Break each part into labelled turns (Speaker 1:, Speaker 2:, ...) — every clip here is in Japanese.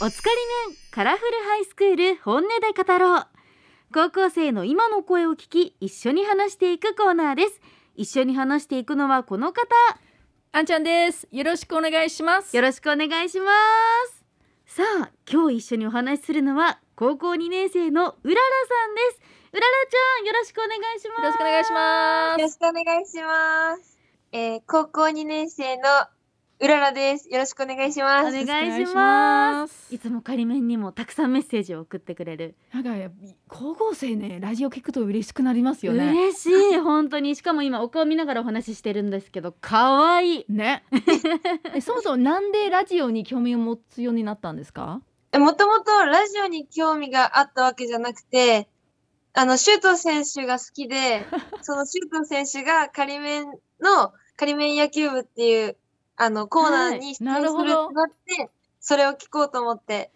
Speaker 1: おつかりめんカラフルハイスクール本音で語ろう高校生の今の声を聞き一緒に話していくコーナーです一緒に話していくのはこの方
Speaker 2: あんちゃんです。よろしくお願いします。
Speaker 1: よろしくお願いしますさあ今日一緒にお話しするのは高校2年生のうららさんですうららちゃんよろしくお願いします
Speaker 2: よろしくお願いしま
Speaker 3: よろ
Speaker 2: す。
Speaker 3: しくお願いします。えー、高校2年生のうららです。よろしくお願いしま
Speaker 1: お
Speaker 3: す。
Speaker 1: 願いし
Speaker 2: す
Speaker 1: いつも仮面にもたくさんメッセージを送ってくれる、
Speaker 2: なんかやっぱ高校生ねラジオ聞くと嬉しくなりますよね。
Speaker 1: 嬉しい本当にしかも今お顔見ながらお話ししてるんですけど可愛い
Speaker 2: ね。 えそもそもなんでラジオに興味を持つようになったんですか？
Speaker 3: もともとラジオに興味があったわけじゃなくて、あの、周東選手が好 きで、その周東選手が仮面の、仮面野球部っていう、あの、コーナーに出
Speaker 2: はい
Speaker 3: 演
Speaker 2: な
Speaker 3: する
Speaker 2: るほ
Speaker 3: っ
Speaker 2: ど
Speaker 3: てなって、それを聞こうと思って、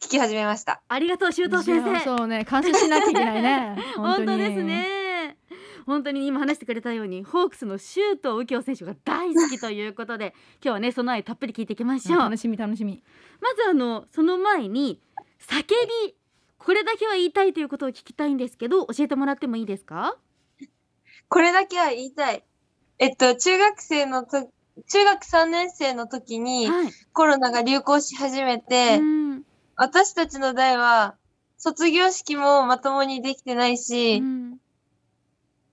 Speaker 3: 聞き始めました。
Speaker 1: ありがとう周東先
Speaker 2: いや
Speaker 1: 生
Speaker 2: そうね感謝しなきゃいけない ね。
Speaker 1: 本
Speaker 2: 本当
Speaker 1: 当
Speaker 2: に
Speaker 1: です。ね本当に今話してくれたようにホークスの周東右京選手が大好きということで 今日はねその愛たっぷり聞いていきましょうま
Speaker 2: 楽
Speaker 1: ず
Speaker 2: しみ楽しみ。
Speaker 1: あのその前に叫びこれだけは言いたいということを聞きたいんですけど教えてもらってもいいですか
Speaker 3: これだけは言いたい。えっと、中学生のと、中学3年生の時に、
Speaker 1: はい、
Speaker 3: コロナが流行し始めて、
Speaker 1: うん
Speaker 3: 私たちの代は卒業式もまともにできてないし、
Speaker 1: うん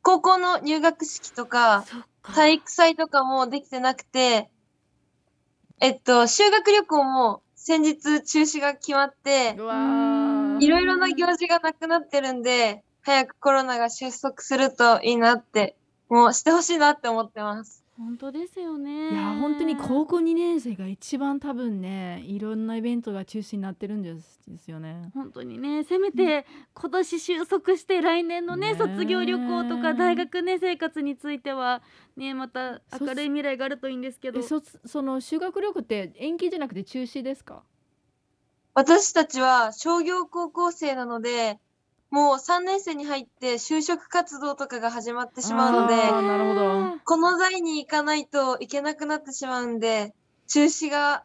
Speaker 3: 高校の入学式とか
Speaker 1: そっか
Speaker 3: 体育祭とかもできてなくて、えっと、修学旅行も先日中止が決まって、
Speaker 2: わー
Speaker 3: いろいろな行事がなくなってるんで、早くコロナが収束するといいなって、もうしてほしいなって思ってます。
Speaker 1: 本当ですよね
Speaker 2: いや本当に高校2年生が一番多分ねいろんなイベントが中止になってるんですですよね。
Speaker 1: 本当にねせめて今年収束して来年のね
Speaker 2: ねえ
Speaker 1: 卒業旅行とか大学ね生活についてはねまた明るい未来があるといいんですけど
Speaker 2: えそその修学旅行って延期じゃなくて中止ですか？
Speaker 3: 私たちは商業高校生なので、もう3年生に入って就職活動とかが始まってしまうので、
Speaker 2: あーなるほど
Speaker 3: この代に行かないといけなくなってしまうんで、中止が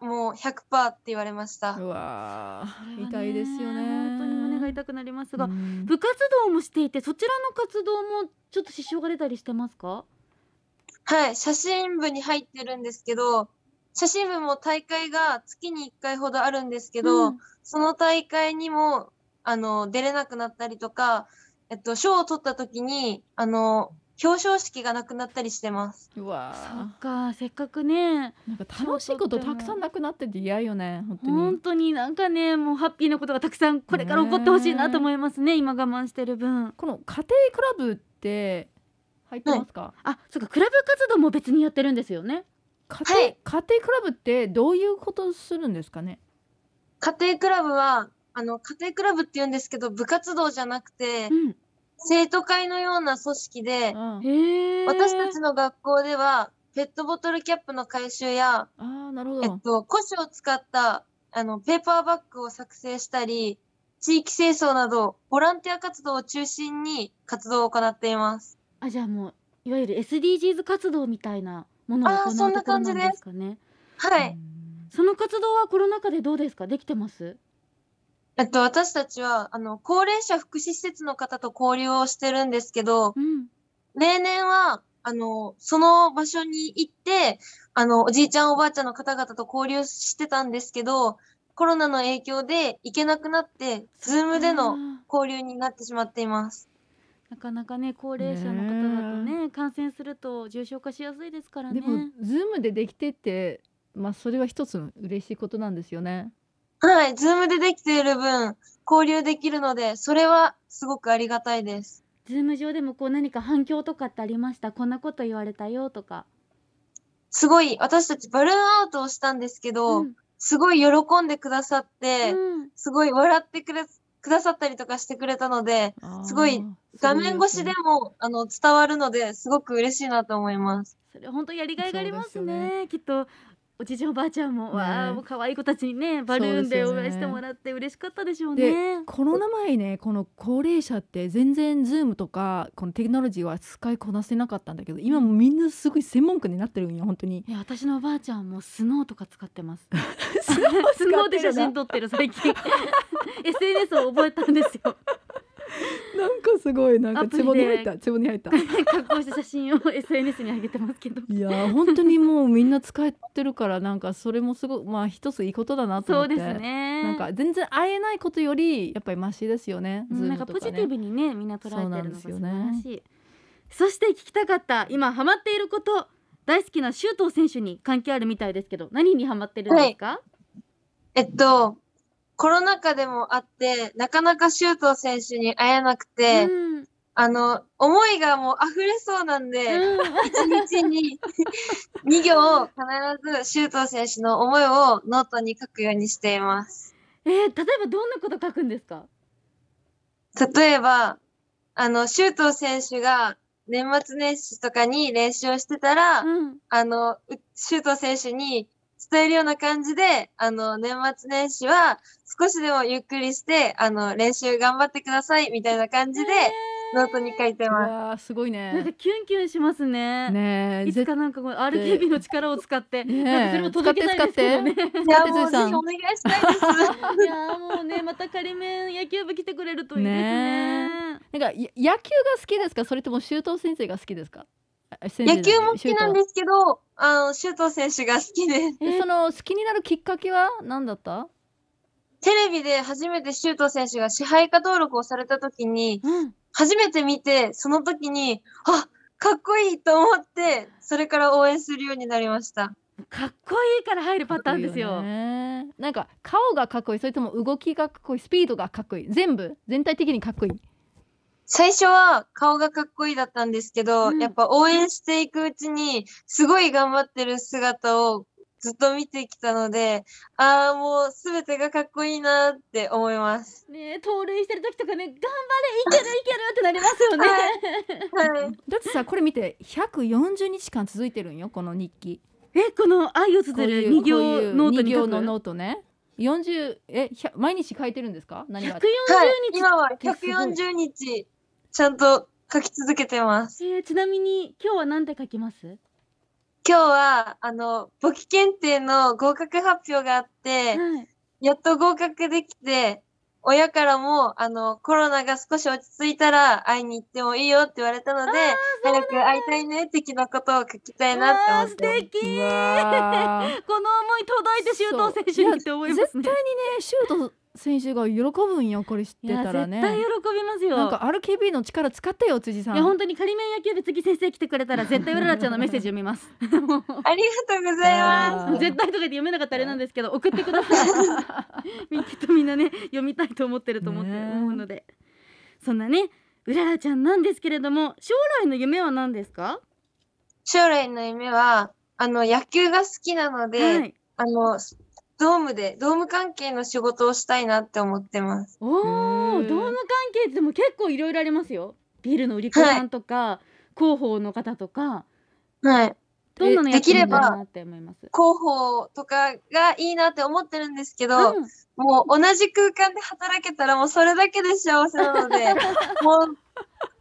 Speaker 3: もう100%って言われました。
Speaker 2: うわ
Speaker 1: これはね
Speaker 2: 痛いですよね
Speaker 1: 本当に胸が痛くなりますが、
Speaker 2: うん
Speaker 1: 部活動もしていてそちらの活動もちょっと支障が出たりしてますか
Speaker 3: はい、写真部に入ってるんですけど、写真部も大会が月に1回ほどあるんですけど、
Speaker 1: うん
Speaker 3: その大会にも、あの、出れなくなったりとか、えっと、賞を取った時に、あの、表彰式がなくなったりしてます。
Speaker 2: う
Speaker 1: そ
Speaker 2: わ
Speaker 1: っかせっかくね
Speaker 2: なんか楽しいことたくさんなくなってて嫌よね本当に
Speaker 1: 本当になんかねもうハッピーなことがたくさんこれから起こってほしいなと思いますね今我慢してる分
Speaker 2: この家庭クラブって入ってますか、
Speaker 1: あそっかクラブ活動も別にやってるんですよね
Speaker 2: 家庭
Speaker 3: はい
Speaker 2: 家庭クラブってどういうことするんですかね
Speaker 3: 家庭クラブは、あの、家庭クラブって言うんですけど、部活動じゃなくて
Speaker 1: う、ん
Speaker 3: 生徒会のような組織で、
Speaker 2: あ
Speaker 1: へえ
Speaker 3: 私たちの学校では、ペットボトルキャップの回収や、
Speaker 2: あーなるほ
Speaker 3: え
Speaker 2: ど
Speaker 3: っと、古紙を使った、あの、ペーパーバッグを作成したり、地域清掃など、ボランティア活動を中心に活動を行っています。
Speaker 1: あじゃあもういわゆる SDGs 活動みたいなものを
Speaker 3: あー
Speaker 1: 行
Speaker 3: そ
Speaker 1: うんと
Speaker 3: な
Speaker 1: ころ
Speaker 3: 感じ
Speaker 1: なん
Speaker 3: です
Speaker 1: ですかね
Speaker 3: は
Speaker 2: う
Speaker 3: い。
Speaker 2: ん
Speaker 1: その活動はコロナ禍でどうですかできてます
Speaker 3: えっと、私たちは、あの、高齢者福祉施設の方と交流をしてるんですけど、
Speaker 1: うん
Speaker 3: 例年は、あの、その場所に行って、あの、おじいちゃんおばあちゃんの方々と交流してたんですけど、コロナの影響で行けなくなって、ズームで
Speaker 1: あ
Speaker 3: の
Speaker 1: ー
Speaker 3: 交流になってしまっています。
Speaker 1: なかなかね高齢者の方だとね感染すると重症化しやすいですからね
Speaker 2: でもズームでできてってまあそれは一つの嬉しいことなんですよね
Speaker 3: はい、ズームでできている分、交流できるので、それはすごくありがたいです。
Speaker 1: ズーム上でもこう何か反響とかってありましたこんなこと言われたよとか、
Speaker 3: すごい、私たちバルーンアウトをしたんですけど、
Speaker 1: うん
Speaker 3: すごい喜んでくださって、
Speaker 1: うん
Speaker 3: すごい笑ってくれ、くださったりとかしてくれたので、
Speaker 2: あー
Speaker 3: すごい画面越しでも、あの、伝わるので、すごく嬉しいなと思います。
Speaker 1: それ本当やりがいがあります
Speaker 2: そうで
Speaker 1: ねきっとおじいちゃんおばあちゃんも、わあ
Speaker 2: ね
Speaker 1: もう可愛い子たちにねバルーンで
Speaker 2: そう
Speaker 1: 応援
Speaker 2: ですよね
Speaker 1: してもらって嬉しかったでしょうね。
Speaker 2: コロナ前ねこの高齢者って全然ズームとかこのテクノロジーは使いこなせなかったんだけど今もうみんなすごい専門家になってるんよ本当に
Speaker 1: いや私のおばあちゃんもスノーとか使ってます。
Speaker 2: すごい
Speaker 1: スノーで写真撮ってる最 近 SNS を覚えたんですよ
Speaker 2: なんかすごいなん
Speaker 1: ア
Speaker 2: か
Speaker 1: プリで
Speaker 2: ツボに入ったツボに 入 った
Speaker 1: 加工した写真を SNS に上げてますけど
Speaker 2: いやー本当にもうみんな使ってるからなんかそれもすごいまあ一ついいことだなと
Speaker 1: そ
Speaker 2: 思
Speaker 1: う
Speaker 2: って
Speaker 1: ですね
Speaker 2: なんか全然会えないことよりやっぱりマシですよね。
Speaker 1: うんなん
Speaker 2: Zoom
Speaker 1: か
Speaker 2: と
Speaker 1: ポジティブにねみんな捉
Speaker 2: そう
Speaker 1: え
Speaker 2: な
Speaker 1: て
Speaker 2: ん
Speaker 1: るのが
Speaker 2: です
Speaker 1: 素晴
Speaker 2: よね
Speaker 1: らしい、そして聞きたかった今ハマっていること大好きな周東選手に関係あるみたいですけど何にハマってるんですか、
Speaker 3: えっと、コロナ禍でもあって、なかなか周東選手に会えなくて、
Speaker 1: うん
Speaker 3: あの、思いがもう溢れそうなんで、
Speaker 1: うん
Speaker 3: 一、日に 2行必ず周東選手の思いをノートに書くようにしています。
Speaker 1: えー、例えばどんなこと書くんですか
Speaker 3: 例えば、あの、周東選手が年末年始とかに練習をしてたら、
Speaker 1: うん
Speaker 3: あの、う周東選手に伝えるような感じで、あの、年末年始は少しでもゆっくりして、あの、練習頑張ってください、みたいな感じで、ノートに書いて
Speaker 2: う
Speaker 3: ます。
Speaker 2: わーすごい
Speaker 1: なんか
Speaker 2: ね。
Speaker 1: キュンキュンしますね
Speaker 2: ねえ
Speaker 1: いつ
Speaker 2: 絶
Speaker 1: かなんかこう RKB の力を使って、
Speaker 2: ねえ
Speaker 1: なんかそれも届けたいですけどね。
Speaker 3: いや、
Speaker 2: 使ってつい
Speaker 3: もうぜ
Speaker 2: さん
Speaker 3: ひお願いしたいです。
Speaker 1: いやーもうねまた仮面野球部来てくれるといいですね。
Speaker 2: なんかや野球が好きですかそれとも周東先生が好きですか。あ先生
Speaker 3: 野球も好きなんですけど、あの、周東選手が好きです。
Speaker 2: 周東でその好きになるきっかけは何だった？
Speaker 3: テレビで初めて周東選手が支配下登録をされた時に、
Speaker 1: うん、
Speaker 3: 初めて見て、その時に、あ、かっこいいと思って、それから応援するようになりました。
Speaker 1: かっこいいから入るパターンですよ。
Speaker 2: ねなんか顔がかっこいいそれとも動きがかっこいいスピードがかっこいい全部全体的にかっこいい。
Speaker 3: 最初は顔がかっこいいだったんですけど、
Speaker 1: うん
Speaker 3: やっぱ応援していくうちに、すごい頑張ってる姿をずっと見てきたので、ああ、もうすべてがかっこいいなって思います。
Speaker 1: ねえ盗塁してる時とかね頑張れいけるいけるってなりますよね。
Speaker 3: はい。
Speaker 2: だってさこれ見て140日間続いてるんよこの日記。
Speaker 1: えこの愛を綴る二
Speaker 2: こうい
Speaker 1: 行
Speaker 2: う
Speaker 1: ノートに書
Speaker 2: 二行の
Speaker 1: く。
Speaker 2: ノートね。40え100毎日書いてるんですか？何があっ
Speaker 1: 百
Speaker 2: て？
Speaker 3: はい
Speaker 1: 四、十日。
Speaker 3: 今は
Speaker 2: すごい
Speaker 3: 140日、ちゃんと書き続けてます。
Speaker 1: えーちなみに今日は何て書きます？
Speaker 3: 今日は、あの、簿記検定の合格発表があっ
Speaker 1: は
Speaker 3: て、
Speaker 1: い。
Speaker 3: やっと合格できて、親からも、あの、コロナが少し落ち着いたら会いに行ってもいいよって言われたので、早く会いたいね的なことを書きたいなって思
Speaker 1: あ
Speaker 3: っ
Speaker 1: 素
Speaker 3: てます。
Speaker 1: 敵。
Speaker 2: うわー
Speaker 1: この思い届いて周東選手にって思います
Speaker 2: 絶対に
Speaker 1: ね
Speaker 2: ね。シュート選手が喜ぶんよこれ知っ
Speaker 1: い
Speaker 2: て
Speaker 1: や
Speaker 2: たらね。
Speaker 1: 絶対喜びますよ。
Speaker 2: なんか RKB の力使ってよ辻さん。
Speaker 1: いや本当に仮面野球部次先生来てくれたら絶対うららちゃんのメッセージ読みます。もう
Speaker 3: ありがとうございます。
Speaker 2: あー
Speaker 1: 絶対とか言って読めなかったらあれなんですけど送ってください みきっとみんなね読みたいと思ってると思って
Speaker 2: ねえ
Speaker 1: 思うので、そんなねうららちゃんなんですけれども将来の夢は何ですか、
Speaker 3: 将来の夢は、あの、野球が好きなので、
Speaker 1: はい
Speaker 3: あの、ドームで、ドーム関係の仕事をしたいなって思ってます。
Speaker 1: おお
Speaker 2: へ
Speaker 1: ドー
Speaker 2: え
Speaker 1: ム関係でも結構いろいろありますよビルの売り子さんとか、広報の方とか
Speaker 3: はい。
Speaker 1: どんなのやってみたい
Speaker 3: できれ
Speaker 1: な
Speaker 3: ば
Speaker 1: って思います
Speaker 3: 広報とかがいいなって思ってるんですけど、
Speaker 1: うん
Speaker 3: もう同じ空間で働けたらもうそれだけで幸せなの で、もう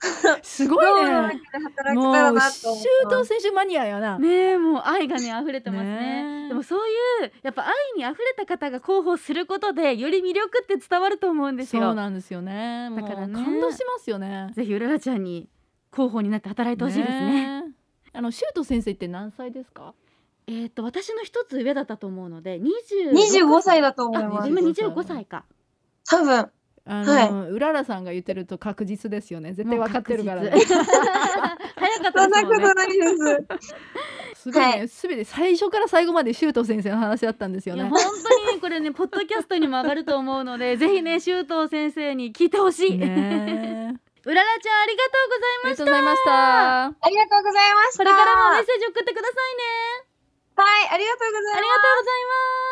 Speaker 2: す
Speaker 3: ド
Speaker 2: ご
Speaker 3: ー
Speaker 2: い
Speaker 3: ムの中
Speaker 2: ね
Speaker 3: で。働け
Speaker 2: もう
Speaker 3: たらなと思っ
Speaker 2: シ
Speaker 3: て
Speaker 2: ュー
Speaker 3: ま
Speaker 2: ト
Speaker 3: す。
Speaker 2: 選手マニアよな。
Speaker 1: ねえもう愛がね溢れてますね
Speaker 2: ねえ
Speaker 1: でもそういうやっぱ愛に溢れた方が広報することでより魅力って伝わると思うんです
Speaker 2: そう
Speaker 1: よ
Speaker 2: なんですよね。もう
Speaker 1: だからね
Speaker 2: 感動しますよね。
Speaker 1: ぜひうららちゃんに広報になって働いてほしいですね
Speaker 2: ねあのシュート先生って何歳ですか？
Speaker 1: えーっと私の一つ上だったと思うので26
Speaker 3: 25歳だと思い
Speaker 1: あ
Speaker 3: ます。
Speaker 1: 今25歳か
Speaker 3: 多分。
Speaker 2: あの、
Speaker 3: は
Speaker 2: うららさんが言ってると確実ですよね。絶対
Speaker 1: もう
Speaker 2: 分かってるからね
Speaker 1: 確。実早か
Speaker 3: そ
Speaker 1: った
Speaker 3: ん
Speaker 1: です
Speaker 3: な
Speaker 1: も
Speaker 3: こ
Speaker 1: んね
Speaker 3: とないです。
Speaker 2: すごい
Speaker 3: は
Speaker 2: ね。すべて最初から最後まで周東先生の話だったんですよ
Speaker 1: いや
Speaker 2: ね。
Speaker 1: 本当にねこれねポッドキャストにも上がると思うのでぜひね周東先生に聞いてほしい、
Speaker 2: ねえ
Speaker 1: うららちゃんありがとうござい
Speaker 2: ありがとうございました。
Speaker 3: ありがとうございまし
Speaker 1: ますこ
Speaker 3: た。
Speaker 1: れからもメッセージ送ってくださいね
Speaker 3: はい、ありがとうございます
Speaker 1: ありがとうございます